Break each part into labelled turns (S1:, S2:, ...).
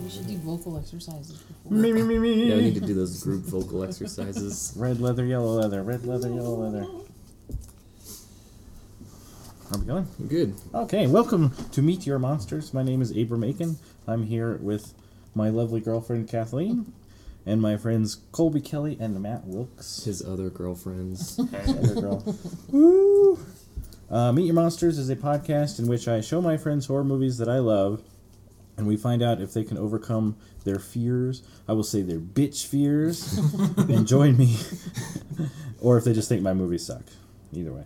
S1: vocal exercises before.
S2: Me, me, me, me.
S3: Yeah, we need to do those group vocal exercises.
S2: Red leather, yellow leather, red leather, yellow leather. How we going?
S3: Good.
S2: Okay, welcome to Meet Your Monsters. My name is Abram Aiken. I'm here with my lovely girlfriend Kathleen and my friends Colby Kelly and Matt Wilkes.
S3: His other girlfriends.
S2: Other girl. Woo! Uh, Meet Your Monsters is a podcast in which I show my friends horror movies that I love and we find out if they can overcome their fears. I will say their bitch fears and join me, or if they just think my movies suck. Either way.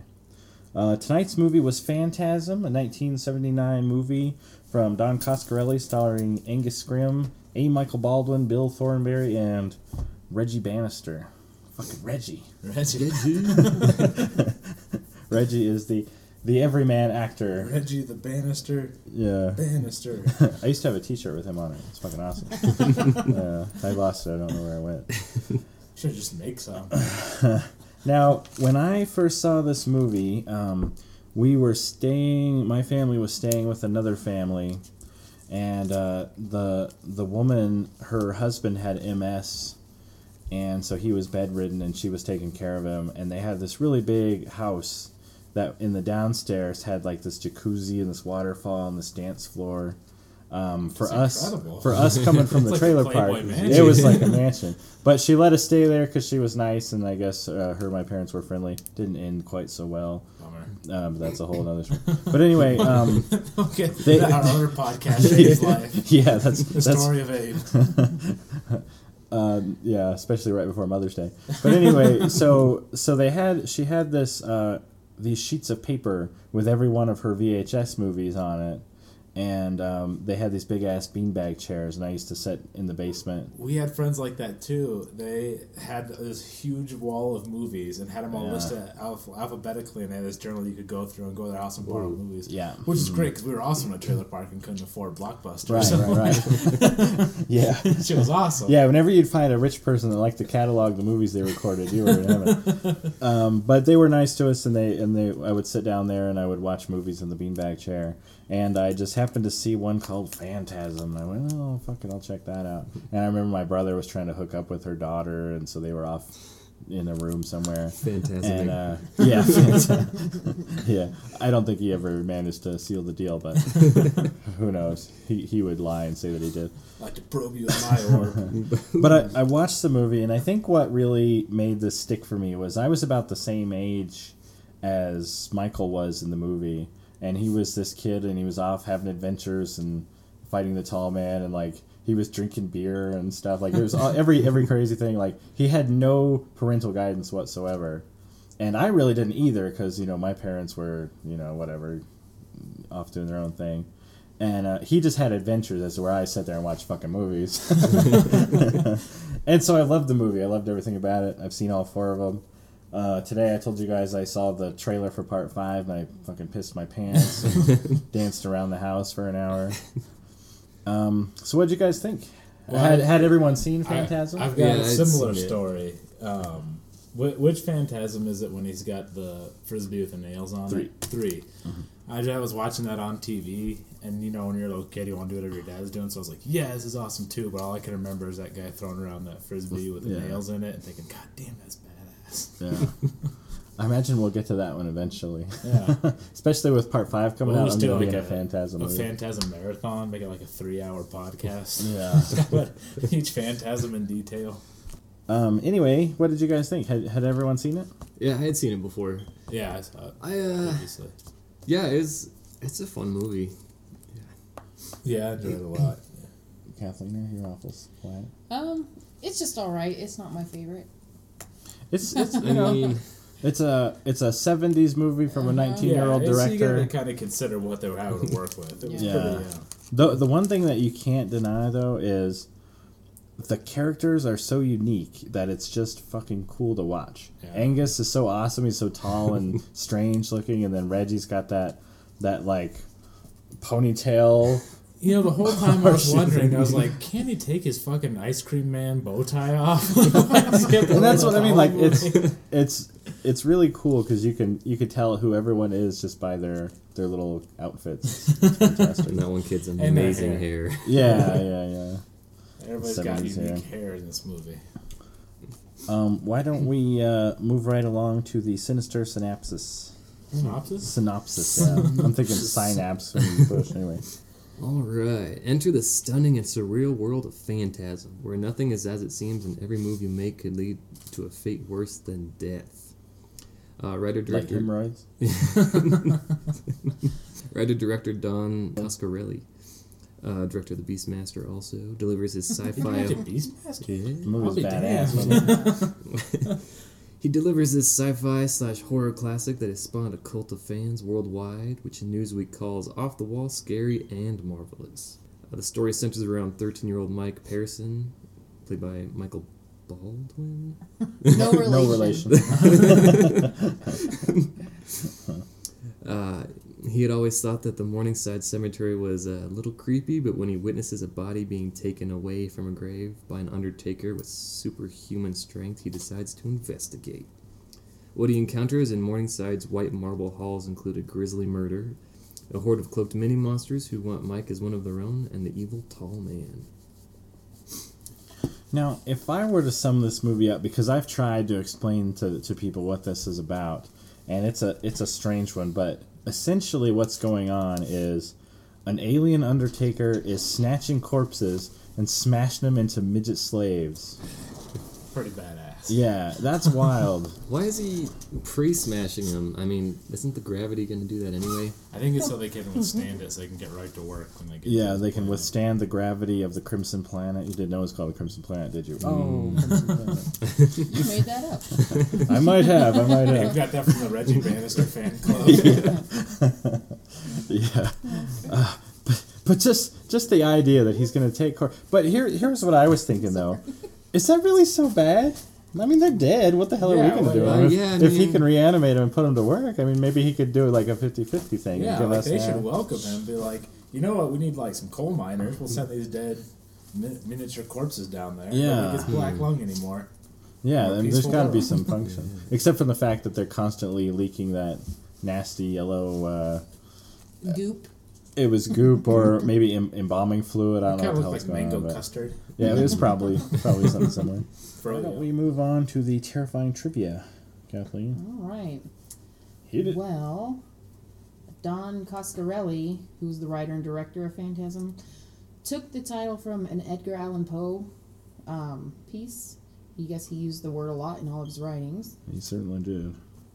S2: Uh, tonight's movie was Phantasm, a 1979 movie from Don Coscarelli, starring Angus Scrimm, A. Michael Baldwin, Bill Thornberry, and Reggie Bannister. Fucking Reggie.
S4: Reggie,
S2: Reggie is the the everyman actor.
S4: Reggie the Bannister,
S2: Yeah.
S4: Bannister.
S2: I used to have a T-shirt with him on it. It's fucking awesome. uh, I lost it. I don't know where I went.
S4: Should just make some.
S2: Now, when I first saw this movie, um, we were staying. My family was staying with another family, and uh, the the woman, her husband had MS, and so he was bedridden, and she was taking care of him. And they had this really big house that in the downstairs had like this jacuzzi and this waterfall and this dance floor. Um, for us,
S4: incredible.
S2: for us coming from the
S4: It's like
S2: trailer
S4: a Playboy
S2: park,
S4: mansion.
S2: it was like a mansion. But she let us stay there because she was nice, and I guess uh, her and my parents were friendly. Didn't end quite so well.
S4: Bummer.
S2: Um, that's a whole other story. But anyway, um,
S4: Okay,
S2: They-
S4: our other podcast Shane's life.
S2: yeah, that's
S4: The
S2: that's
S4: story of Abe.
S2: um, yeah, especially right before Mother's Day. But anyway, so so they had she had this uh, these sheets of paper with every one of her VHS movies on it, and um, they had these big ass beanbag chairs, and I used to sit in the basement.
S4: We had friends like that too. They had this huge wall of movies and had them all
S2: Yeah.
S4: listed alph- alphabetically, and they had this journal you could go through and go to their house and borrow movies.
S2: yeah. Hmm.
S4: which is great because we were also in a trailer park and couldn't afford Blockbuster.
S2: Right,
S4: so
S2: right, right. yeah.
S4: it was awesome.
S2: Yeah, whenever you'd find a rich person that liked to catalog the movies they recorded, you were in heaven. um, but they were nice to us, and they and they I would sit down there and I would watch movies in the beanbag chair, and I just happened to see one called Phantasm. And I went, oh fuck it, I'll check that out. And I remember my brother was trying to hook up with her daughter, and so they were off in a room somewhere.
S3: Fantastic.
S2: And uh, yeah, Phantasm. yeah. I don't think he ever managed to seal the deal, but who knows? He he would lie and say that he did
S4: I'd like to probe you in my orb.
S2: but I, I watched the movie, and I think what really made this stick for me was I was about the same age as Michael was in the movie, and he was this kid, and he was off having adventures and fighting the tall man, and like he was drinking beer and stuff. Like there was all, every every crazy thing. Like he had no parental guidance whatsoever, and I really didn't either because you know my parents were you know whatever off doing their own thing. And uh, he just had adventures as to where I sat there and watched fucking movies. and so I loved the movie. I loved everything about it. I've seen all four of them. Uh, today I told you guys I saw the trailer for part five and I fucking pissed my pants and danced around the house for an hour. Um, so what'd you guys think? had, had everyone seen Phantasm?
S4: I, have got
S3: Yeah,
S4: a
S3: I'd
S4: similar
S3: seen it.
S4: story. Um, wh- which phantasm is it when he's got the frisbee with the nails on
S2: Three.
S4: it? 3 I, ju- I was watching that on TV, and you know when you're a little kid, you want to do whatever your dad's doing. So I was like, "Yeah, this is awesome too." But all I can remember is that guy throwing around that frisbee with the
S2: Yeah.
S4: nails in it, and thinking, "God damn, that's badass."
S2: yeah. I imagine we'll get to that one evenally.
S4: Yeah,
S2: Especially with part five coming
S4: We'll
S2: out,
S4: just
S2: I'm
S4: do
S2: going to
S4: like
S2: be in a
S4: a-
S2: Phantasm
S4: a
S2: movie.
S4: phantasm marathon, make it like a three-hour podcast.
S2: yeah.
S4: But each phantasm in detail.
S2: Um, anyway, what did you guys think? Had, had everyone seen it?
S3: yeah, I had seen it before.
S4: Yeah, I saw it.
S3: I uh,
S4: Obviously.
S3: yeah, it was, it's a fun movie.
S4: Yeah, I enjoyed it a lot.
S2: Kathleen, are your awfuls quiet?
S1: Um, it's just all right. It's not my favorite.
S2: It's it's
S3: I
S2: you know
S3: mean,
S2: it's a it's a '70s movie from a 19 year old
S4: it's- You
S2: director.
S4: gotta kind of consider what they were having to work with. It was
S1: Yeah.
S4: pretty,
S2: Yeah.
S4: uh,
S2: The the one thing that you can't deny though is the characters are so unique that it's just fucking cool to watch.
S4: Yeah.
S2: Angus is so awesome. He's so tall and strange looking, and then Reggie's got that that like ponytail.
S4: you know, the whole time I was wondering, I was like, can he take his fucking ice cream man bow tie off?
S2: And
S4: and
S2: that's what I mean. Like it's it's it's really cool because you can you can tell who everyone is just by their their little outfits. It's fantastic.
S3: and that one kid's
S4: their
S3: amazing hair.
S2: Yeah, yeah, yeah.
S4: Everybody's got
S2: 70s,
S4: unique
S2: yeah.
S4: hair in this movie.
S2: Um, why don't we uh, move right along to the sinister synapses?
S4: Mm. Synopsis?
S2: Synopsis. Yeah. I'm thinking synapse. When you push. Anyway,
S3: All right. Enter the stunning and surreal world of phantasm, where nothing is as it seems, and every move you make could lead to a fate worse than death. Uh, writer
S2: like
S3: director
S2: hemorrhoids.
S3: Writer director Don Coscarelli, uh, director of The Beastmaster, also delivers his
S4: Did you
S3: sci-fi.
S4: mention Beastmaster?
S2: The movie's
S4: I'll be
S2: badass.
S4: damned.
S2: wasn't it?
S3: he delivers his sci-fi slash horror classic that has spawned a cult of fans worldwide, which Newsweek calls off the wall, scary, and marvelous. Uh, the story centers around 13-year-old Mike Pearson, played by Michael Baldwin.
S1: No relation.
S2: No relation.
S3: Uh, he had always thought that the Morningside Cemetery was uh, a little creepy, but when he witnesses a body being taken away from a grave by an undertaker with superhuman strength, he decides to investigate. What he encounters in Morningside's white marble halls include a grisly murder, a horde of cloaked mini monsters who want Mike as one of their own, and the evil tall man.
S2: Now, if I were to sum this movie up, because I've tried to explain to, to people what this is about, and it's a it's a strange one, but essentially what's going on is an alien undertaker is snatching corpses and smashing them into midget slaves.
S4: Pretty badass.
S2: Yeah, that's wild.
S3: Why is he pre-smashing him? I mean, isn't the gravity going to do that anyway?
S4: I think it's so they can withstand it, so they can get right to work when they get.
S2: yeah, they can withstand the gravity of the Crimson Planet. You didn't know it was called the Crimson Planet, did you? Oh,
S1: You made that up.
S2: I might have. I might have.
S4: I've got that from the Reggie Bannister fan club.
S2: yeah. Uh, but, but just just the idea that he's going to take court. But here here's what I was thinking though. Is that really so bad? I mean, they're dead. What the hell are
S4: Yeah,
S2: we going to
S4: well,
S2: do?
S4: uh,
S2: I mean, if,
S3: yeah, I
S2: if he
S3: mean-
S2: can reanimate him and put him to work, I mean, maybe he could do like a 50-50 thing
S4: Yeah,
S2: and give
S4: like
S2: us
S4: they
S2: that.
S4: should welcome him. Be like, you know what? We need like some coal miners. We'll send these dead mi- miniature corpses down there.
S2: Yeah.
S4: nobody gets black lung anymore.
S2: Yeah,
S4: More
S2: and there's
S4: peaceful
S2: got to be
S4: world.
S2: some function, except for the fact that they're constantly leaking that nasty yellow. Uh,
S1: Goop.
S2: it was goop or maybe em- embalming fluid. I don't
S4: Kind
S2: know what
S4: of
S2: the
S4: look
S2: hell was
S4: like
S2: going
S4: mango
S2: on. but-
S4: custard.
S2: Yeah, it was probably probably something similar. Why
S4: Froyo.
S2: don't we move on to the terrifying trivia, Kathleen?
S1: All right.
S2: Hit it.
S1: Well, Don Coscarelli, who's the writer and director of Phantasm, took the title from an Edgar Allan Poe um, piece. You guess he used the word a lot in all of his writings.
S2: He certainly did.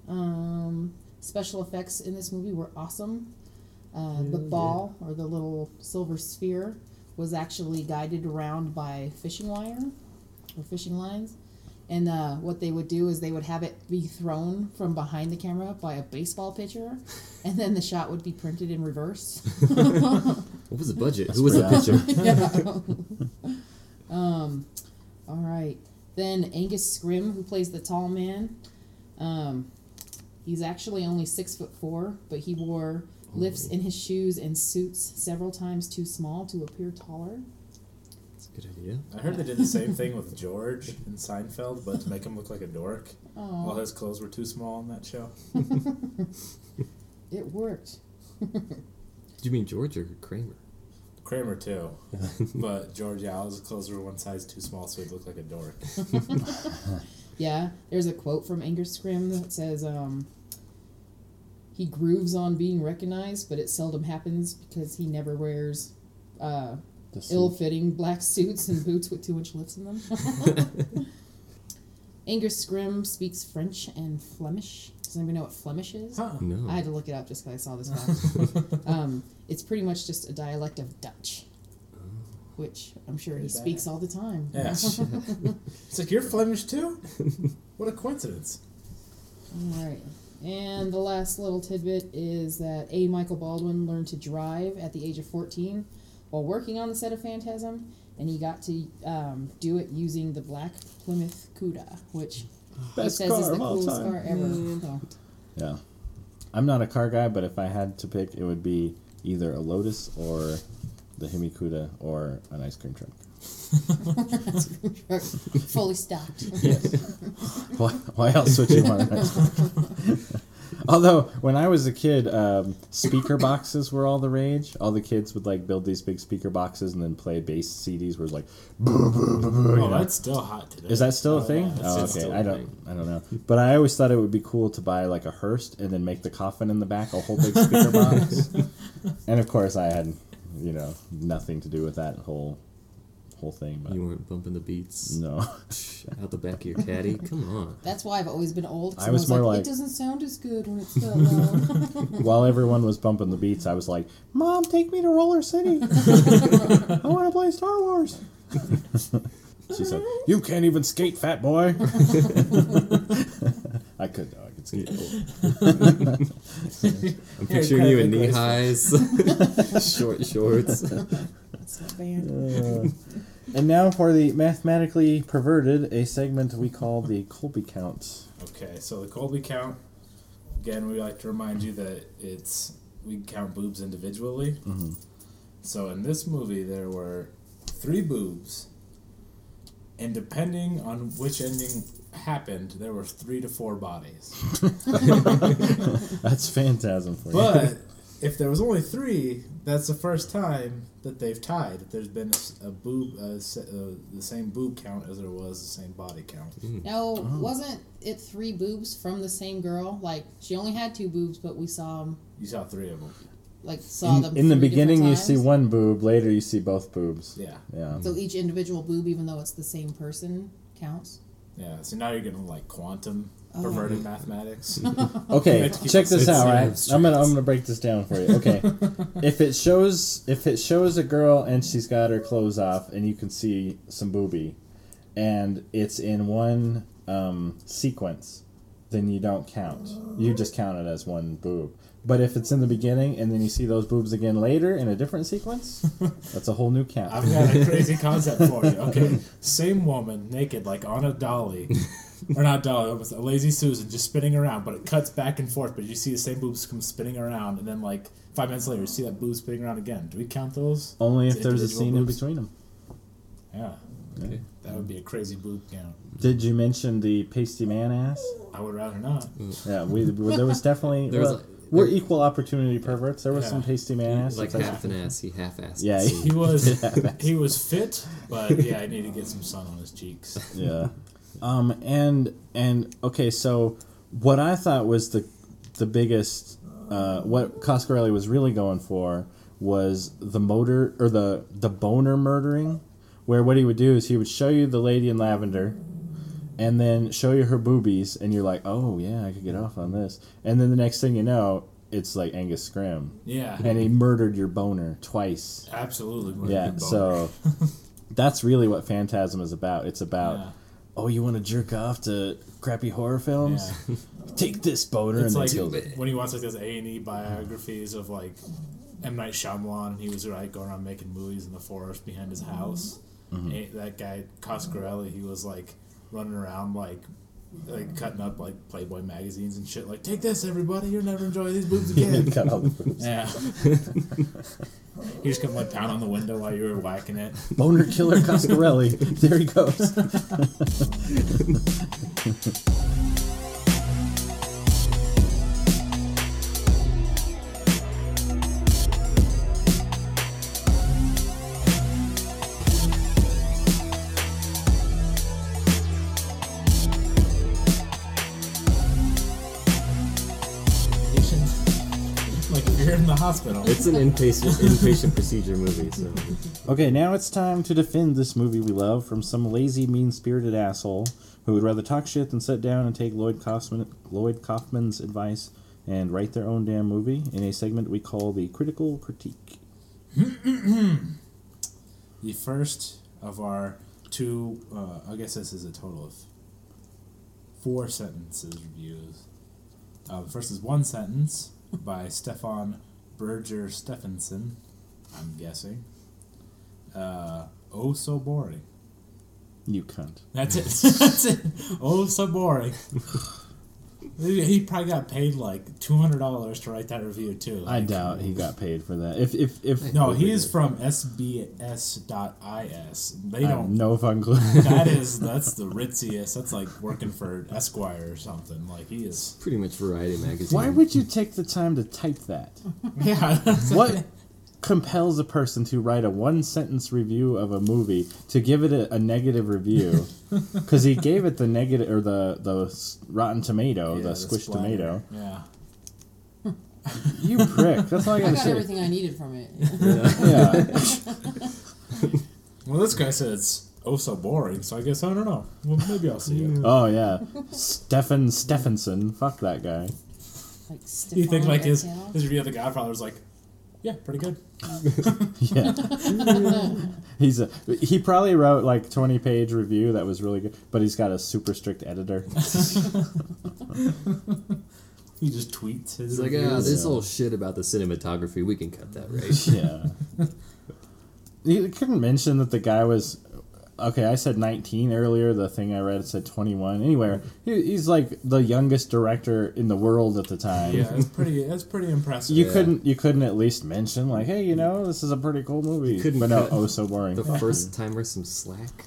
S1: Um, special effects in this movie were awesome. Uh, the ball or the little silver sphere was actually guided around by fishing wire or fishing lines. And uh, what they would do is they would have it be thrown from behind the camera by a baseball pitcher, and then the shot would be printed in reverse.
S3: What was the budget? Who was the
S2: pretty
S3: pitcher?
S1: um, all right. Then Angus Scrim, who plays the tall man, um, he's actually only six foot four, but he wore lifts in his shoes and suits several times too small to appear taller.
S3: That's a good idea.
S4: I heard they did the same thing with George in Seinfeld, but to make him look like a dork.
S1: Oh,
S4: All his clothes were too small in that show.
S1: it worked.
S3: Did you mean George or Kramer?
S4: Kramer too, but George yeah, all his clothes were one size too small, so he looked like a dork.
S1: Yeah, there's a quote from Angus Scrim that says, um, "He grooves on being recognized, but it seldom happens because he never wears uh,
S2: The suit.
S1: ill-fitting black suits and boots with too much lifts in them." Angus Scrim speaks French and Flemish. Does anybody know what Flemish is?
S4: Huh.
S3: No.
S1: I had to look it up just because I saw this fact. um, it's pretty much just a dialect of Dutch, which I'm sure he
S4: Pretty
S1: speaks all the time.
S4: Yeah. it's like you're Flemish too. What a coincidence.
S1: All right. And the last little tidbit is that A. Michael Baldwin learned to drive at the age of 14 while working on the set of Phantasm, and he got to um, do it using the black Plymouth Cuda, which he
S2: Best
S1: says is
S2: car
S1: the
S2: of all
S1: coolest
S2: time.
S1: car ever.
S2: Mm.
S1: Oh. So,
S2: Yeah. I'm not a car guy, but if I had to pick, it would be either a Lotus or the Himikuda or an ice cream truck.
S1: fully stocked.
S2: Why, why else would you want an ice cream truck? Although when I was a kid, um, speaker boxes were all the rage. All the kids would like build these big speaker boxes and then play bass CDs. Where it's like, "Boo, boo, boo, boo," you
S4: Oh,
S2: know?
S4: that's still hot today.
S2: Is that still a thing?
S4: yeah,
S2: oh,
S4: it's
S2: okay.
S4: still a
S2: I
S4: thing.
S2: don't. I don't know. But I always thought it would be cool to buy like a Hearst and then make the coffin in the back a whole big speaker box. And of course, I had, you know, nothing to do with that whole, whole thing. But
S3: You weren't bumping the beats
S2: no,
S3: out the back of your caddy. Come on.
S1: That's why I've always been old. 'cause
S2: I was
S1: someone's
S2: more
S1: like,
S2: like-
S1: it doesn't sound as good when it's that low.
S2: while everyone was bumping the beats, I was like, "Mom, take me to Roller City. I want to play Star Wars." she said, "You can't even skate, fat boy." I could. though. I could skate.
S3: I'm
S4: Hey,
S3: picturing you
S4: perfect
S3: in knee
S4: race.
S3: highs, short shorts.
S1: That's not bad.
S2: Uh, and now for the mathematically perverted, a segment we call the Colby count.
S4: Okay, so the Colby count. Again, we like to remind you that it's we count boobs individually. So in this movie, there were three boobs, and depending on which ending happened, there were three to four bodies.
S2: That's phantasm for you.
S4: But if there was only three, that's the first time that they've tied. That there's been a s- a, boob, a, s- uh the same boob count as there was the same body count.
S1: Now,
S2: Oh.
S1: wasn't it three boobs from the same girl? Like she only had two boobs, but we saw 'em-
S4: You saw three of them.
S1: like saw them
S2: in the
S1: three different
S2: beginning, you see
S1: times.
S2: one boob. Later, you see both boobs.
S4: Yeah,
S2: Yeah.
S1: So each individual boob, even though it's the same person, counts.
S4: yeah. So now you're getting like quantum
S1: Oh.
S4: perverted mathematics.
S2: Okay,
S4: It's-
S2: check this
S4: it's
S2: out. Right,
S3: abstract.
S2: I'm gonna I'm gonna break this down for you. Okay, if it shows if it shows a girl and she's got her clothes off and you can see some booby, and it's in one um, sequence, then you don't count. You just count it as one boob. But if it's in the beginning and then you see those boobs again later in a different sequence, that's a whole new count.
S4: I've got a crazy concept for you. Okay, same woman, naked, like on a dolly, or not dolly, it was a lazy Susan, just spinning around. But it cuts back and forth. But you see the same boobs come spinning around, and then like five minutes later, you see that boob spinning around again. Do we count those?
S2: Only if
S4: It's
S2: there's a
S4: individual
S2: scene in
S4: boobs.
S2: between them.
S4: Yeah,
S3: Okay.
S4: that would be a crazy boob count.
S2: Did you mention the pasty man ass?
S4: I would rather not.
S2: Yeah, we, we- there was definitely
S3: There was
S2: well,
S3: like-
S2: we're equal opportunity perverts. There was
S4: Yeah.
S2: some tasty man ass.
S3: Like
S2: but-
S3: half an ass, he half assed.
S2: Yeah,
S4: He was he was fit, but yeah, I need to get some sun on his cheeks.
S2: yeah. Um, and and okay, so what I thought was the the biggest uh, what Coscarelli was really going for was the motor or the the boner murdering, where what he would do is he would show you the lady in lavender. And then show you her boobies, and you're like, "Oh yeah, I could get off on this." And then the next thing you know, it's like Angus Scrim.
S4: Yeah,
S2: and he murdered your boner twice.
S4: absolutely. more than
S2: Yeah,
S4: bone.
S2: so that's really what Phantasm is about. It's about,
S4: Yeah.
S2: oh, you want to jerk off to crappy horror films? Take this boner
S4: It's
S2: and
S4: like
S2: then kill it.
S4: when he wants like those A and E biographies of like M Night Shyamalan, and he was like going around making movies in the forest behind his house. A- that guy Coscarelli, he was like running around like like cutting up like Playboy magazines and shit. Like, take this, everybody! You'll never enjoy these boobs again.
S2: Cut all the boobs.
S4: yeah. he just come like pound on the window while you were whacking it.
S2: Boner killer Coscarelli. there he goes.
S4: Like if you're in the hospital.
S3: It's an inpatient inpatient procedure movie, so
S2: Okay, now it's time to defend this movie we love from some lazy, mean-spirited asshole who would rather talk shit than sit down and take Lloyd Kaufman, Lloyd Kaufman's advice and write their own damn movie in a segment we call the critical critique.
S4: the first of our two uh, i guess this is a total of four sentences reviews uh, the first is one sentence by stefan berger stephenson i'm guessing uh, oh so boring
S2: You cunt.
S4: that's it that's it oh so boring He he probably got paid like two hundred dollars to write that review too.
S2: I
S4: like-
S2: doubt he got paid for that. If if if
S4: No, he is from sbs.is. They
S2: I have
S4: don't.
S2: no fucking clue.
S4: That is that's the ritziest. That's like working for Esquire or something. Like he is.
S3: Pretty much Variety magazine.
S2: Why would you take the time to type Oh, that?
S4: Yeah.
S2: What compels a person to write a one sentence review of a movie to give it a, a negative review? Because he gave it the negative or the the s- Rotten Tomato,
S4: Yeah,
S2: the squished
S4: splatter.
S2: tomato.
S4: Yeah.
S2: You prick! That's all I
S1: I
S2: gotta
S1: got
S2: say.
S1: everything I needed from it.
S2: Yeah,
S4: Well, this guy said it's oh so boring. So I guess I don't know. Well, maybe I'll see it.
S2: Oh yeah, Stefan Stephenson. Fuck that guy.
S1: Like
S4: You think
S1: Stefano
S4: like his
S1: Eckel.
S4: his review of The Godfather was like, yeah, pretty good.
S2: Yeah. he's a, he probably wrote like 20 page review that was really good, but he's got a super strict editor.
S4: He just tweets his
S3: It's like,
S4: reviews.
S3: ah, this
S2: Yeah.
S3: whole shit about the cinematography, we can cut that, right?
S2: yeah. You couldn't mention that the guy was okay. I said 19 earlier. The thing I read said 21. Anyway, he, he's like the youngest director in the world at the time.
S4: yeah, that's pretty. That's pretty impressive.
S2: You
S3: Yeah.
S2: couldn't you couldn't at least mention like, hey, you know, this is a pretty cool movie.
S3: You couldn't
S2: but no,
S3: cut
S2: oh so boring.
S3: the first timer some slack.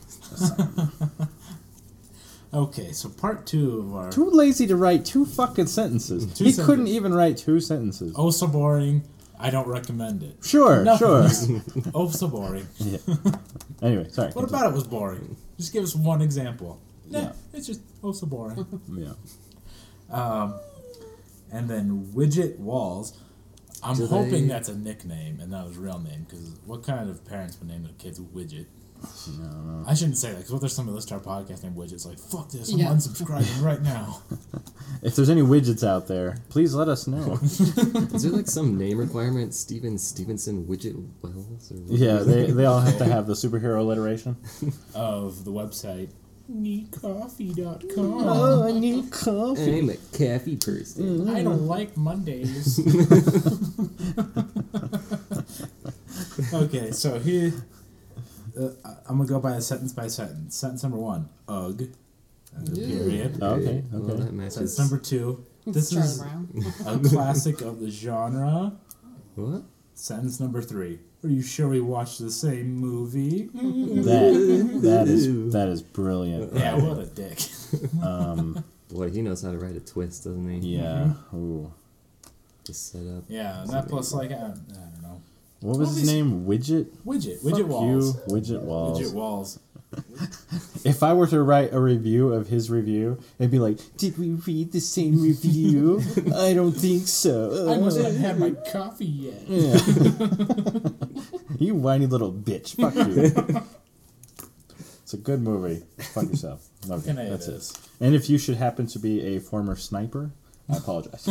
S4: Okay, so part two of our
S2: Too lazy to write two fucking sentences.
S4: Two
S2: he
S4: sentences.
S2: couldn't even write two sentences.
S4: oh so boring. I don't recommend it.
S2: Sure,
S4: No.
S2: sure.
S4: Oh so boring.
S2: Anyway, sorry.
S4: What about it was boring? Just give us one example. Nah,
S2: Yeah.
S4: it's just oh so boring.
S2: Yeah.
S4: and then Widget Walls. I'm
S3: Do
S4: hoping
S3: they-
S4: that's a nickname and not his real name because what kind of parents would name their kids Widget? I shouldn't say that because what if there's someone listening to our podcast named Widget? It's like, fuck this,
S1: Yeah.
S4: I'm unsubscribing right now.
S2: If there's any widgets out there, please let us know.
S3: Is there like some name requirement? Steven Stevenson Widget Wells? Or what?
S2: yeah, they, they all have to have the superhero alliteration.
S4: Of the website, needcoffee.com.
S2: Oh, I need coffee.
S3: I'm a caffee
S2: Mm.
S3: person.
S4: I don't like Mondays. okay, so here, uh, I- I'm gonna go by a sentence by sentence. Sentence number one, ugh. And then
S1: Ew.
S4: Period.
S2: Oh, okay,
S3: Well,
S2: okay.
S3: that matches.
S4: Sentence number two. This
S1: Charlie
S4: is
S1: Brown.
S4: a classic of the genre.
S3: What?
S4: Sentence number three. Are you sure we watched the same movie?
S2: That, that is that is brilliant.
S4: yeah, what a dick.
S3: Boy, he knows how to write a twist, doesn't he?
S2: Yeah.
S4: Mm-hmm.
S2: Ooh.
S3: Just set up.
S4: Yeah, and that plus like I, I don't know.
S2: What was
S4: All
S2: his
S4: these-
S2: name? Widget.
S4: Widget,
S2: Fuck
S4: widget walls.
S2: You, widget walls.
S4: Widget walls.
S2: If I were to write a review of his review, it'd be like, "Did we read the same review? I don't think so."
S4: I mustn't have had my coffee yet.
S2: Yeah. you whiny little bitch. Fuck you. it's a good movie. Fuck yourself. Okay,
S4: Fucking A
S2: that's
S4: it
S2: it.
S4: is.
S2: And if you should happen to be a former sniper, I apologize.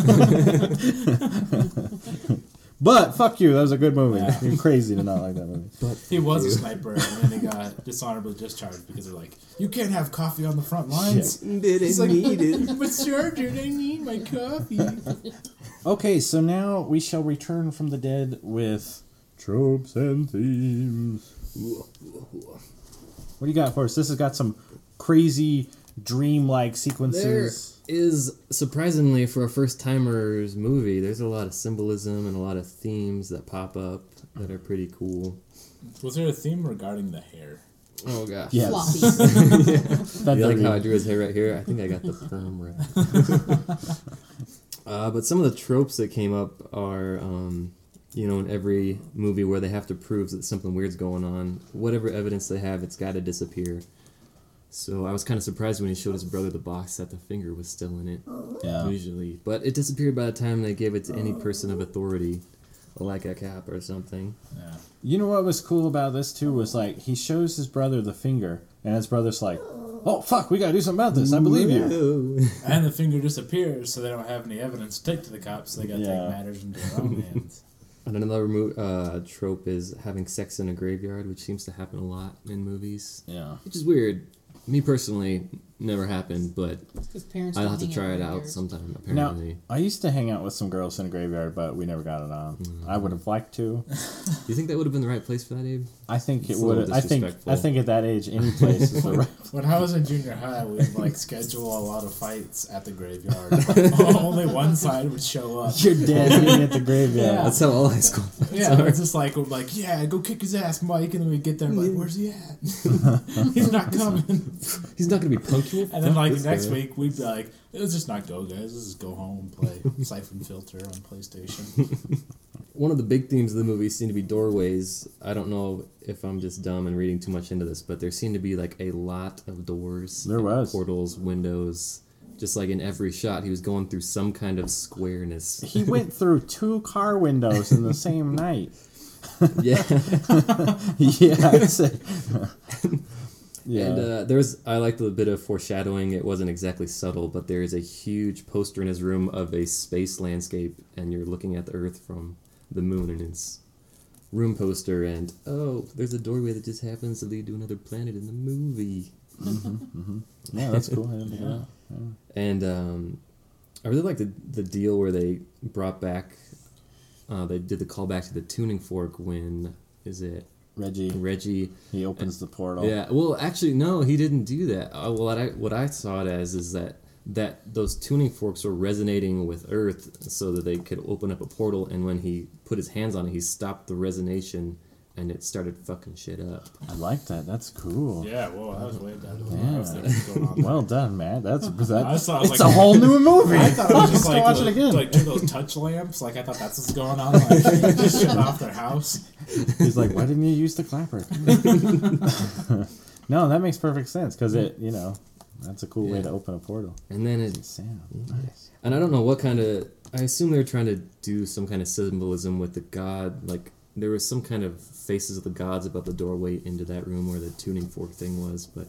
S2: but fuck you. That was a good movie.
S4: Yeah.
S2: You're crazy to not like that movie.
S4: He was a sniper, and then he got dishonorably discharged because they're like, "You can't have coffee on the front lines." He's like, "But sir, dude, I need my coffee."
S2: Okay, so now we shall return from the dead with tropes and themes. What do you got for us? This has got some crazy dreamlike
S3: There
S2: sequences.
S3: is surprisingly for a first timers movie, there's a lot of symbolism and a lot of themes that pop up that are pretty cool.
S4: Was there a theme regarding the hair?
S3: Oh gosh.
S2: Yes.
S1: Floppy.
S2: That
S3: You like
S2: thirty-
S3: how I drew his hair right here? I think I got the perm right. uh, but some of the tropes that came up are, um, you know, in every movie where they have to prove that something weird's going on, whatever evidence they have, it's got to disappear. So I was kind of surprised when he showed his brother the box that the finger was still in it,
S2: Oh. Yeah.
S3: usually. But it disappeared by the time they gave it to
S2: Oh.
S3: any person of authority, like a cop or something.
S4: Yeah.
S2: You know what was cool about this too was like he shows his brother the finger, and his brother's like, "Oh fuck, we gotta do something about this. I believe you."
S4: And the finger disappears, so they don't have any evidence to take to the cops. So they gotta
S2: Yeah.
S4: take matters into their own hands.
S3: And another mo- uh, trope is having sex in a graveyard, which seems to happen a lot in movies.
S2: Yeah.
S3: Which is weird. Me personally, never happened, but
S1: His parents.
S3: I'll
S1: don't
S3: have to
S1: hang
S3: try
S1: out
S3: it
S1: with
S3: out
S1: their-
S3: sometime.
S2: Now,
S3: Apparently,
S2: I used to hang out with some girls in a graveyard, but we never got it on.
S3: Mm.
S2: I would have liked to.
S3: do you think that would have been the right place for that, Abe?
S2: I think it
S3: It's a little
S2: would. I think. I
S3: disrespectful.
S2: think at that age, any place is the right.
S4: When I was in junior high, we'd like schedule a lot of fights at the graveyard. Only one side would show up.
S2: You're dead meeting at the graveyard.
S4: Yeah.
S3: That's how all high school.
S4: Yeah, it was just like we're like, yeah, go kick his ass, Mike, and then we get there and like, where's he at? He's not coming.
S3: He's not gonna be punctual.
S4: And then like
S3: This
S4: next
S3: guy.
S4: week, we'd be like, let's just not go, guys. Let's just go home and play Siphon Filter on PlayStation.
S3: One of the big themes of the movie seem to be doorways. I don't know if I'm just dumb and reading too much into this, but there seem to be like a lot of doors,
S2: There was.
S3: portals, windows. Just like in every shot, he was going through some kind of squareness.
S2: He went through two car windows in the same night.
S3: yeah,
S2: Yeah. I'd say. yeah.
S3: and uh, there was. I liked the bit of foreshadowing. It wasn't exactly subtle, but there is a huge poster in his room of a space landscape, and you're looking at the Earth from the moon, and it's room poster. And oh, there's a doorway that just happens to lead to another planet in the movie.
S2: yeah, that's cool. I didn't think of that.
S3: And um, I really liked the, the deal where they brought back, uh, they did the callback to the tuning fork when, is it
S2: Reggie,
S3: Reggie?
S2: he opens the portal.
S3: Yeah, well, actually, no, he didn't do that. Uh, what, I, what I saw it as is that, that those tuning forks were resonating with Earth so that they could open up a portal. And when he put his hands on it, he stopped the resonation and it started fucking shit up.
S2: I like that. That's cool.
S4: yeah, well, I was way down. to
S2: Yeah.
S4: I was thinking was going on.
S2: Well done, Matt. That's that,
S4: I saw- I was
S2: It's
S4: like-
S2: a whole new movie.
S4: I thought it was just
S2: Let's go
S4: like,
S2: watch
S4: the-
S2: it again.
S4: like two of those touch lamps. Like I thought that's what's going on. Like, they just shut off their house.
S2: He's like, why didn't you use the clapper? no, that makes perfect sense because it, you know, that's a cool way
S3: Yeah.
S2: to open a portal.
S3: And then it
S2: Sound nice.
S3: And I don't know what kind of. I assume they were trying to do some kind of symbolism with the god. Like there was some kind of faces of the gods above the doorway into that room where the tuning fork thing was, but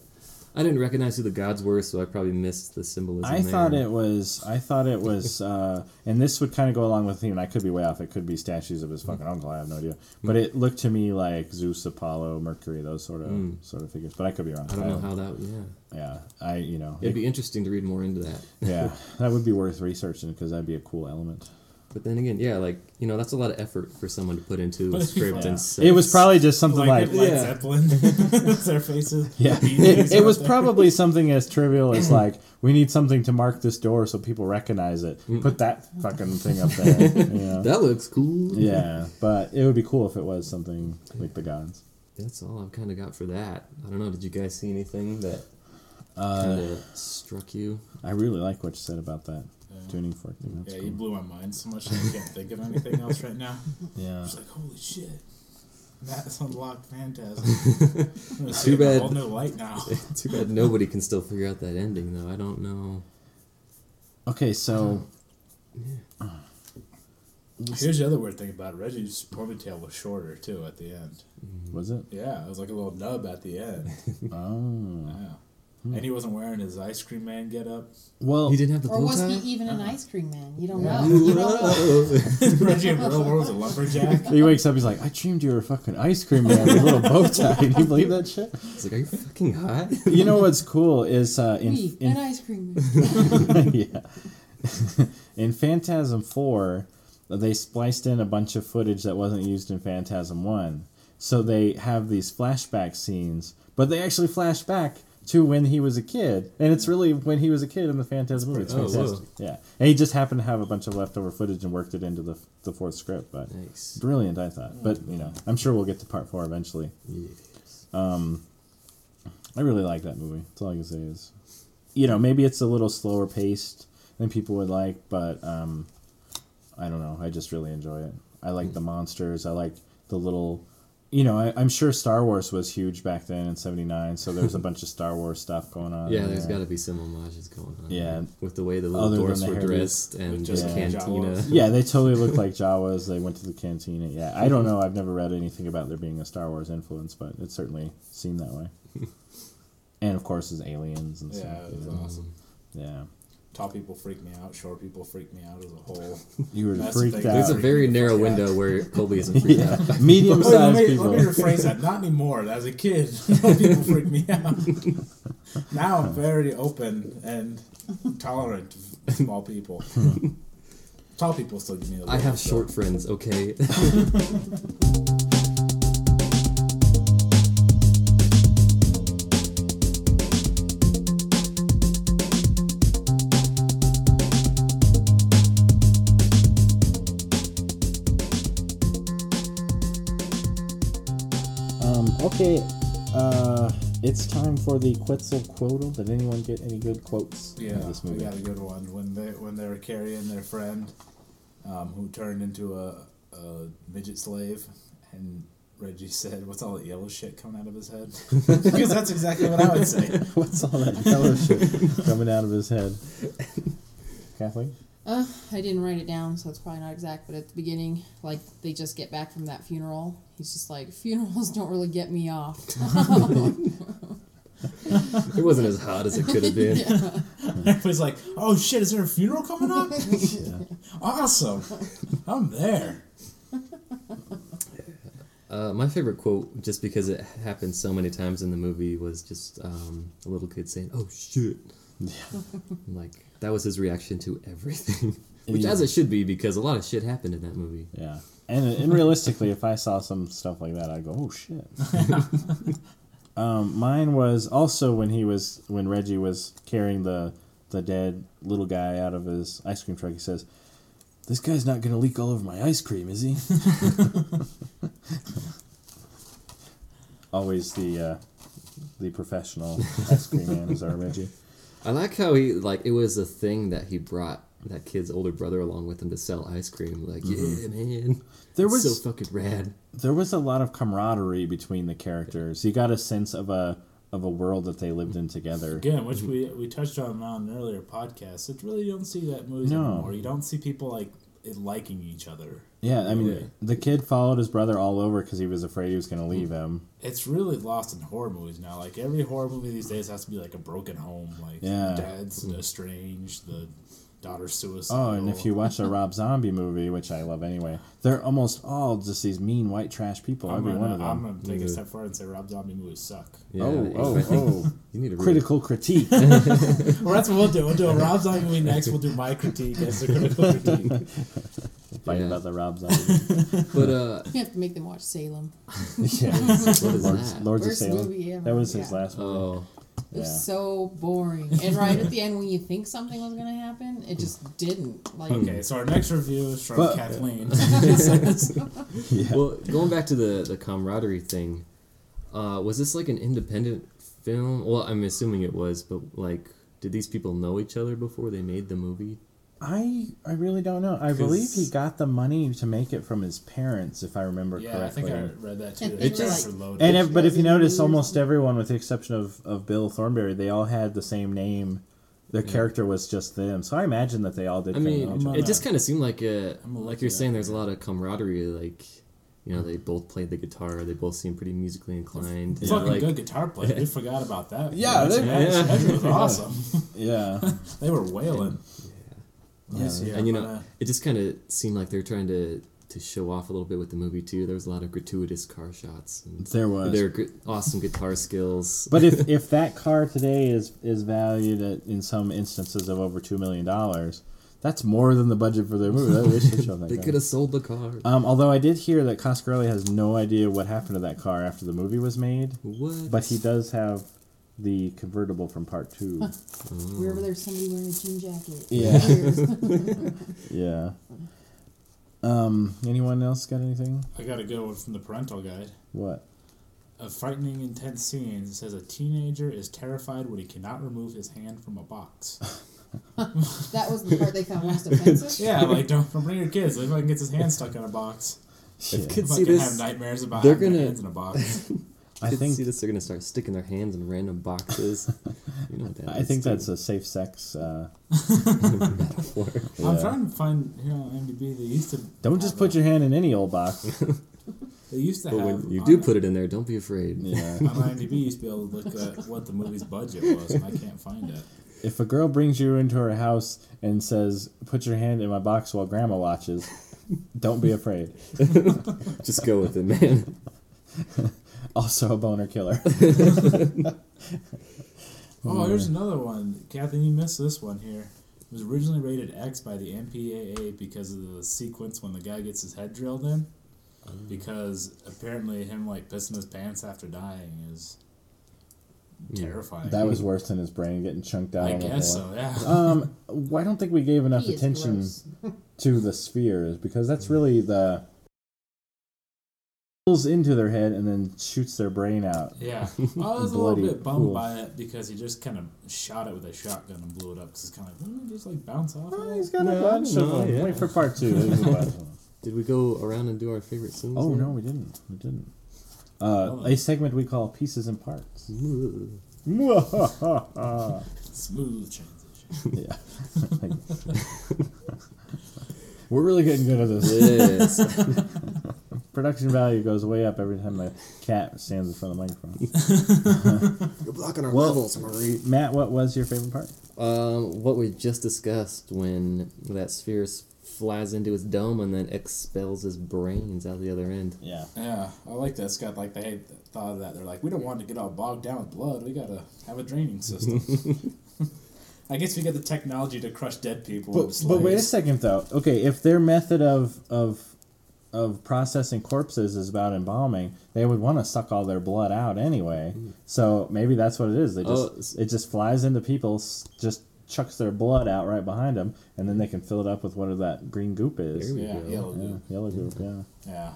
S3: I didn't recognize who the gods were, so I probably missed the symbolism.
S2: I
S3: there.
S2: thought it was. I thought it was. Uh, and this would kind of go along with the theme. And I could be way off. It could be statues
S3: Mm.
S2: of his fucking uncle. I have no idea. But it looked to me like Zeus, Apollo, Mercury, those sort of sort of figures. But I could be wrong.
S3: Mm. I don't know how that. Yeah,
S2: Yeah, I you know.
S3: it'd be interesting to read more into that.
S2: yeah, that would be worth researching because that'd be a cool element.
S3: But then again, yeah, like you know, that's a lot of effort for someone to put into a
S4: But-
S3: script
S2: Yeah.
S3: and sets.
S2: It was probably just something
S4: Like,
S2: like,
S4: like Led
S3: yeah.
S4: Zeppelin. their faces.
S2: Yeah,
S4: The Bee
S2: it,
S4: Gees
S2: it
S4: out
S2: was
S4: there.
S2: probably something as trivial
S4: Mm-hmm.
S2: as like we need something to mark this door so people recognize it.
S4: Mm-hmm.
S2: Put that fucking thing up there. you know?
S3: that looks cool.
S2: Yeah, but it would be cool if it was something like the gods.
S3: That's all I've kind of got for that. I don't know. Did you guys see anything that
S2: Uh,
S3: kind of struck you?
S2: I really like what you said about that tuning fork thing. That's
S4: Yeah,
S2: yeah,
S4: you
S2: cool.
S4: blew my mind so much that I can't think of anything else right now.
S2: yeah.
S4: It's like, holy shit. That's unlocked phantasm. I'm gonna see it in
S3: bad.
S4: A whole new light now.
S3: Too bad nobody can still figure out that ending, though. I don't know.
S2: Okay, so
S4: Here's the other weird thing about it. Reggie's ponytail was shorter too at the end.
S2: was it?
S4: Yeah, it was like a little nub at the end.
S2: Oh,
S4: Yeah. And he wasn't wearing his ice cream man get up.
S2: well,
S3: He didn't have the
S1: Or
S3: bow
S1: was he
S3: tie.
S1: even an ice cream man? You don't know. You don't know.
S4: Reggie in real world was a lumberjack.
S2: he wakes up. He's like, I dreamed you were a fucking ice cream man with a little bow tie. Can you believe that shit?
S3: It's like, are you fucking hot?
S2: You know what's cool is uh, in,
S1: We,
S2: in
S1: an ice cream man.
S2: yeah. in Phantasm 4, they spliced in a bunch of footage that wasn't used in Phantasm 1. So they have these flashback scenes, but they actually flash back to when he was a kid. And it's really when he was a kid in the Phantasm movie. It's
S3: pretty cool.
S2: fantastic. yeah. And he just happened to have a bunch of leftover footage and worked it into the, the fourth script. But
S3: nice.
S2: brilliant, I thought. But, you know, I'm sure we'll get to part 4 eventually.
S3: Yes.
S2: I really like that movie. That's all I can say is, you know, maybe it's a little slower paced than people would like, but um, I don't know. I just really enjoy it. I like the monsters. I like the little, you know. I, I'm sure Star Wars was huge back then in '79, so there's a bunch of Star Wars stuff going on.
S3: Yeah,
S2: in
S3: there's
S2: there.
S3: got to be some homages going on.
S2: Yeah.
S3: With the way the little
S2: Other than
S3: dwarfs
S2: the
S3: were
S2: hairdos.
S3: dressed and
S4: With
S3: just
S4: just
S2: the
S3: cantina.
S4: Jawas.
S2: Yeah, they totally look like Jawas. They went to the cantina. Yeah, I don't know. I've never read anything about there being a Star Wars influence, but it certainly seemed that way. and of course, there's aliens and stuff.
S4: Yeah, it
S2: you
S4: was
S2: know.
S4: awesome.
S2: Yeah,
S4: Tall people freak me out. Short people freak me out as a whole.
S2: you were
S4: That's the
S2: freaked
S4: thing.
S2: out.
S3: There's a very narrow
S4: Yeah.
S3: window where Colby isn't freaked out.
S2: medium
S4: Wait, let,
S2: sized
S4: me, let me
S2: people.
S4: rephrase that. Not anymore. As a kid, people freak me out. now I'm very open and tolerant of small people. Tall people still give me a little.
S3: I have
S4: so-
S3: short friends, okay?
S2: Um, okay, uh, it's time for the Quetzal Quotal. Did anyone get any good quotes
S4: Yeah,
S2: out of this movie?
S4: I got a good one. When they when they were carrying their friend, um, who turned into a, a midget slave, and Reggie said, "What's all that yellow shit coming out of his head?" Because that's exactly what I would say.
S2: What's all that yellow shit coming out of his head? Kathleen?
S1: Uh, I didn't write it down, so it's probably not exact. But at the beginning, like they just get back from that funeral, he's just like, "Funerals don't really get me off."
S3: it wasn't as hot as it could have been.
S4: Everybody's like, "Oh shit, is there a funeral coming up?
S2: Yeah.
S4: awesome, I'm there."
S3: Uh, my favorite quote, just because it happened so many times in the movie, was just um, a little kid saying, "Oh shit!" like that was his reaction to everything, which as it should be, because a lot of shit happened in that movie.
S2: Yeah. And, and realistically, if I saw some stuff like that, I'd go, oh shit. um, mine was also when he was, when Reggie was carrying the, the dead little guy out of his ice cream truck, he says, this guy's not going to leak all over my ice cream, is he? Always the, uh, the professional ice cream man is our Reggie.
S3: I like how he like it was a thing that he brought that kid's older brother along with him to sell ice cream. Like, yeah, man,
S2: Mm-hmm. There
S3: it's
S2: was-
S3: so fucking rad.
S2: there was a lot of camaraderie between the characters. You got a sense of a of a world that they lived in together.
S4: Again, which we we touched on on an earlier podcast. It really you don't see that movie
S2: No.
S4: anymore. You don't see people like it liking each other.
S2: Yeah, I mean,
S4: Yeah.
S2: the kid followed his brother all over because he was afraid he was going to leave him.
S4: it's really lost in horror movies now. Like every horror movie these days has to be like a broken home, like
S2: Yeah.
S4: dad's estranged, the daughter's suicide.
S2: Oh, and if you watch a Rob Zombie movie, which I love anyway, they're almost all just these mean white trash people.
S4: I'm
S2: every
S4: gonna,
S2: one of
S4: I'm
S2: them. Mm-hmm.
S4: gonna take
S3: Yeah.
S4: a step forward and say Rob Zombie movies suck.
S3: Yeah,
S2: oh,
S3: I
S2: oh,
S3: think
S2: oh!
S3: you need a really
S2: Critical critique.
S4: well, that's what we'll do. We'll do a Rob Zombie movie next. We'll do my critique as the critical critique.
S2: Fight
S3: Yeah.
S2: about the Rob Zombie.
S3: But uh,
S1: you have to make them watch Salem.
S2: yeah,
S3: what is
S2: Lords,
S3: that?
S2: Lords of
S1: Worst
S2: Salem.
S1: movie ever.
S2: That was his
S1: Yeah.
S2: last movie.
S3: Oh,
S1: It was
S2: Yeah.
S1: so boring. And right at the end, when you think something was gonna happen, it just didn't. Like
S4: Okay, so our next review is from
S2: But-
S4: Kathleen.
S2: Yeah.
S3: Well, going back to the the camaraderie thing, uh, was this like an independent film? Well, I'm assuming it was, but like, did these people know each other before they made the movie?
S2: I I really don't know. I
S4: 'Cause-
S2: believe he got the money to make it from his parents, if I remember
S4: yeah, I
S2: correctly.
S4: think I read that too.
S1: And
S4: It
S3: they were
S4: just
S1: like-
S4: loaded.
S2: and if, but if you
S1: Yeah.
S2: notice, almost everyone, with the exception of, of Bill Thornberry, they all had the same name. Their character was just them, so I imagine that they all did.
S3: I
S2: kinda know each
S3: mean,
S2: other.
S3: it just kind of seemed like a,
S4: I'm gonna
S3: like
S4: look
S3: you're
S4: it up.
S3: saying. There's a lot of camaraderie. Like, you know, they both played the guitar. They both seemed pretty musically inclined.
S4: Fucking
S3: and, like,
S4: good guitar player. We forgot about that.
S2: Yeah,
S4: That's
S2: they-
S4: actually-
S3: Yeah.
S4: that was awesome.
S2: yeah,
S4: They were wailing.
S2: Yeah,
S4: Let me see
S3: and you
S4: I'm
S3: know,
S4: gonna-
S3: it just kind of seemed like they're trying to to show off a little bit with the movie too. There was a lot of gratuitous car shots. And
S2: there was.
S3: their gr- awesome guitar skills.
S2: But if, if that car today is is valued at, in some instances of over two million dollars, that's more than the budget for their movie. They should show that
S3: they
S2: guy.
S3: could have sold the car.
S2: Um, although I did hear that Coscarelli has no idea what happened to that car after the movie was made,
S3: What?
S2: but he does have the convertible from part two.
S1: we were there, somebody wearing a jean jacket.
S2: Yeah.
S1: Years.
S2: yeah. Um. Anyone else got anything?
S4: I got a good one from the parental guide.
S2: What?
S4: Of frightening, intense scenes, it says a teenager is terrified when he cannot remove his hand from a box.
S1: that was the part they found most offensive.
S4: yeah, like don't, don't bring your kids. They fucking gets his hand stuck in a box.
S2: Yeah.
S3: kids- See
S4: fucking
S3: this-
S4: have nightmares about
S3: they're
S4: having their
S3: gonna-
S4: hands in a box.
S2: I
S3: Kids
S2: think
S3: see this, they're gonna start sticking their hands in random boxes. you know what that
S2: I
S3: is,
S2: think
S3: too.
S2: that's a safe sex. Uh,
S3: metaphor.
S4: I'm
S2: yeah.
S4: trying to find here on MDB. They used to
S2: Don't just put your hand in any old box.
S4: They used to
S3: But
S4: have.
S3: when you
S4: on-
S3: do put it in there, don't be afraid.
S2: Yeah.
S4: on IMDb, you used to be able to look at what the movie's budget was, and I can't find it.
S2: If a girl brings you into her house and says, "Put your hand in my box while Grandma watches," don't be afraid.
S3: Just go with it, man.
S2: Also, a boner killer.
S4: Oh,
S3: Mm.
S4: here's another one. Kathleen, you missed this one here. It was originally rated X by the MPAA because of the sequence when the guy gets his head drilled in.
S3: Oh.
S4: Because apparently him like pissing his pants after dying is
S3: Yeah.
S4: terrifying.
S2: That was worse than his brain getting chunked out.
S4: I
S2: on the
S4: guess
S2: floor.
S4: so. Yeah.
S2: Um, well, I don't think we gave enough
S1: He is
S2: attention
S1: gross.
S2: to the spheres because
S3: Hmm.
S2: that's really the pulls into their head and then shoots their brain out.
S4: Yeah, Oh, I was a little
S2: Bloody
S4: bit bummed
S2: cool.
S4: by it because he just kind of shot it with a shotgun and blew it up. Because it's kind of like, didn't it just like bounce off? of
S2: Oh,
S4: it?
S2: he's got a
S3: No,
S2: bunch of
S3: no,
S2: them.
S3: yeah.
S2: Wait for part two. There's a bunch of them.
S3: Did we go around and do our favorite scenes?
S2: Oh
S3: now?
S2: no, we didn't. We didn't. Uh,
S4: Oh.
S2: a segment we call pieces and parts.
S3: Ooh.
S2: yeah.
S4: Smooth transition.
S2: We're really getting good at this.
S3: Yes.
S2: Production value goes way up every time the cat stands in front of the microphone.
S3: You're blocking our
S2: Well-
S3: levels, Marie.
S2: Matt, what was your favorite part?
S3: Um, what we just discussed when that sphere s- flies into his dome and then expels his brains out the other end.
S2: Yeah.
S4: yeah, I like that. Scott, like they had thought of that. They're like, we don't want to get all bogged down with blood. We gotta have a draining system. I guess we got the technology to crush dead people. into
S2: But, but wait a
S4: slaves.
S2: second though. Okay, if their method of of of processing corpses is about embalming, they would want to suck all their blood out anyway. So maybe that's what it is. They
S3: Mm-hmm. Oh,
S2: just it just flies into people, s- just chucks their blood out right behind them, and then they can fill it up with whatever that green goop is.
S3: There we
S4: Yeah,
S3: go.
S4: yellow
S2: Yeah,
S4: goo.
S2: yellow goop. Yeah.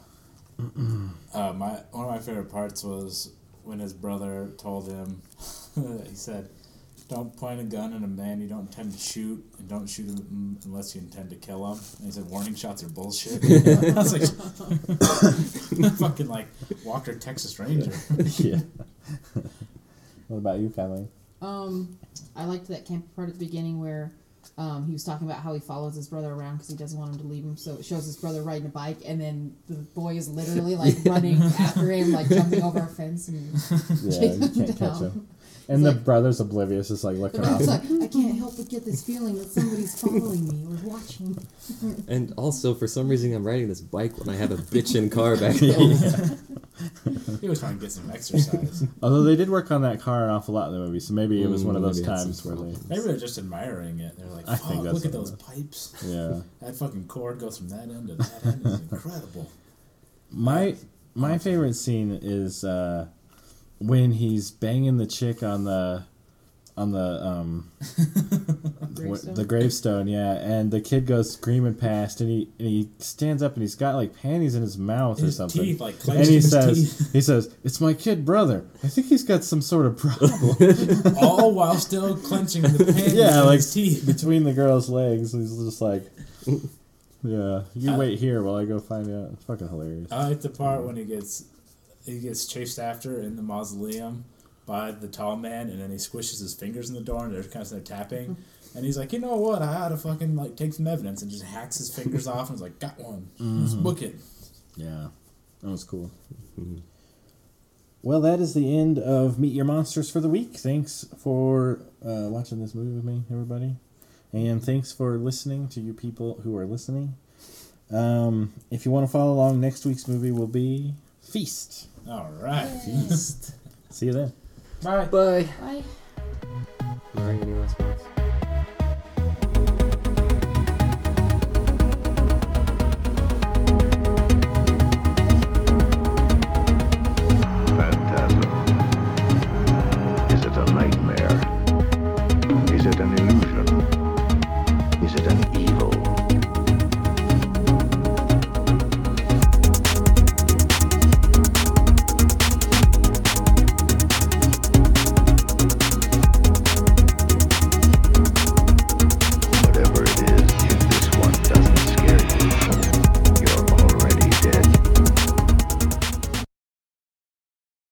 S4: Yeah. uh, my one of my favorite parts was when his brother told him. he said, "Don't point a gun at a man you don't intend to shoot, and don't shoot him unless you intend to kill him." And he said, "Warning shots are bullshit." I was like, "Fucking like Walker Texas Ranger."
S2: yeah. what about you, Kylie?
S1: Um, I liked that camp part at the beginning where um, he was talking about how he follows his brother around because he doesn't want him to leave him. So it shows his brother riding a bike, and then the boy is literally like running after him, like jumping over a fence. And
S2: Yeah, you can't catch
S1: No.
S2: him. And
S1: It's
S2: the
S1: like-
S2: brother's oblivious, just like looking
S1: I
S2: off.
S1: was like, I can't help but get this feeling that somebody's following me or watching.
S3: And also, for some reason, I'm riding this bike when I have a bitchin' car back home.
S2: Yeah.
S4: He was trying to get some exercise.
S2: Although they did work on that car an awful lot in the movie, so maybe it was
S3: Mm,
S2: one of those
S3: maybe it had some
S2: times where they.
S3: problems.
S4: Maybe they're just admiring it. They're like,
S2: I
S4: "Fuck,
S2: think that's
S4: look at
S2: what it
S4: those
S2: was.
S4: pipes.
S2: Yeah.
S4: That fucking cord goes from that end to that end. It's incredible."
S2: My my favorite scene is uh, when he's banging the chick on the on the um
S1: Gravestone.
S2: wh- the gravestone, yeah, and the kid goes screaming past, and he and he stands up and he's got like panties in his mouth or
S4: His
S2: something.
S4: teeth like
S2: and
S4: clenched
S2: he
S4: his
S2: says,
S4: teeth.
S2: "He says it's my kid brother. I think he's got some sort of problem."
S4: all while still clenching the pins
S2: yeah,
S4: in
S2: like
S4: his teeth.
S2: between the girl's legs, he's just like, "Yeah, you
S4: Uh,
S2: wait here while I go find out." It's fucking hilarious.
S4: I like the part when he gets he gets chased after in the mausoleum by the tall man, and then he squishes his fingers in the door, and they're constantly tapping. And he's like, you know what? I ought to fucking like take some evidence, and just hacks his fingers off, and is like, got one.
S2: Mm-hmm.
S4: Let's book it.
S2: Yeah, that was cool. Well, that is the end of Meet Your Monsters for the week. Thanks for uh, watching this movie with me, everybody. And thanks for listening to you people who are listening. Um, if you want to follow along, next week's movie will be Feast.
S4: All right.
S2: See you then.
S4: Bye.
S3: Bye.
S1: Bye.
S3: Marie, any last words?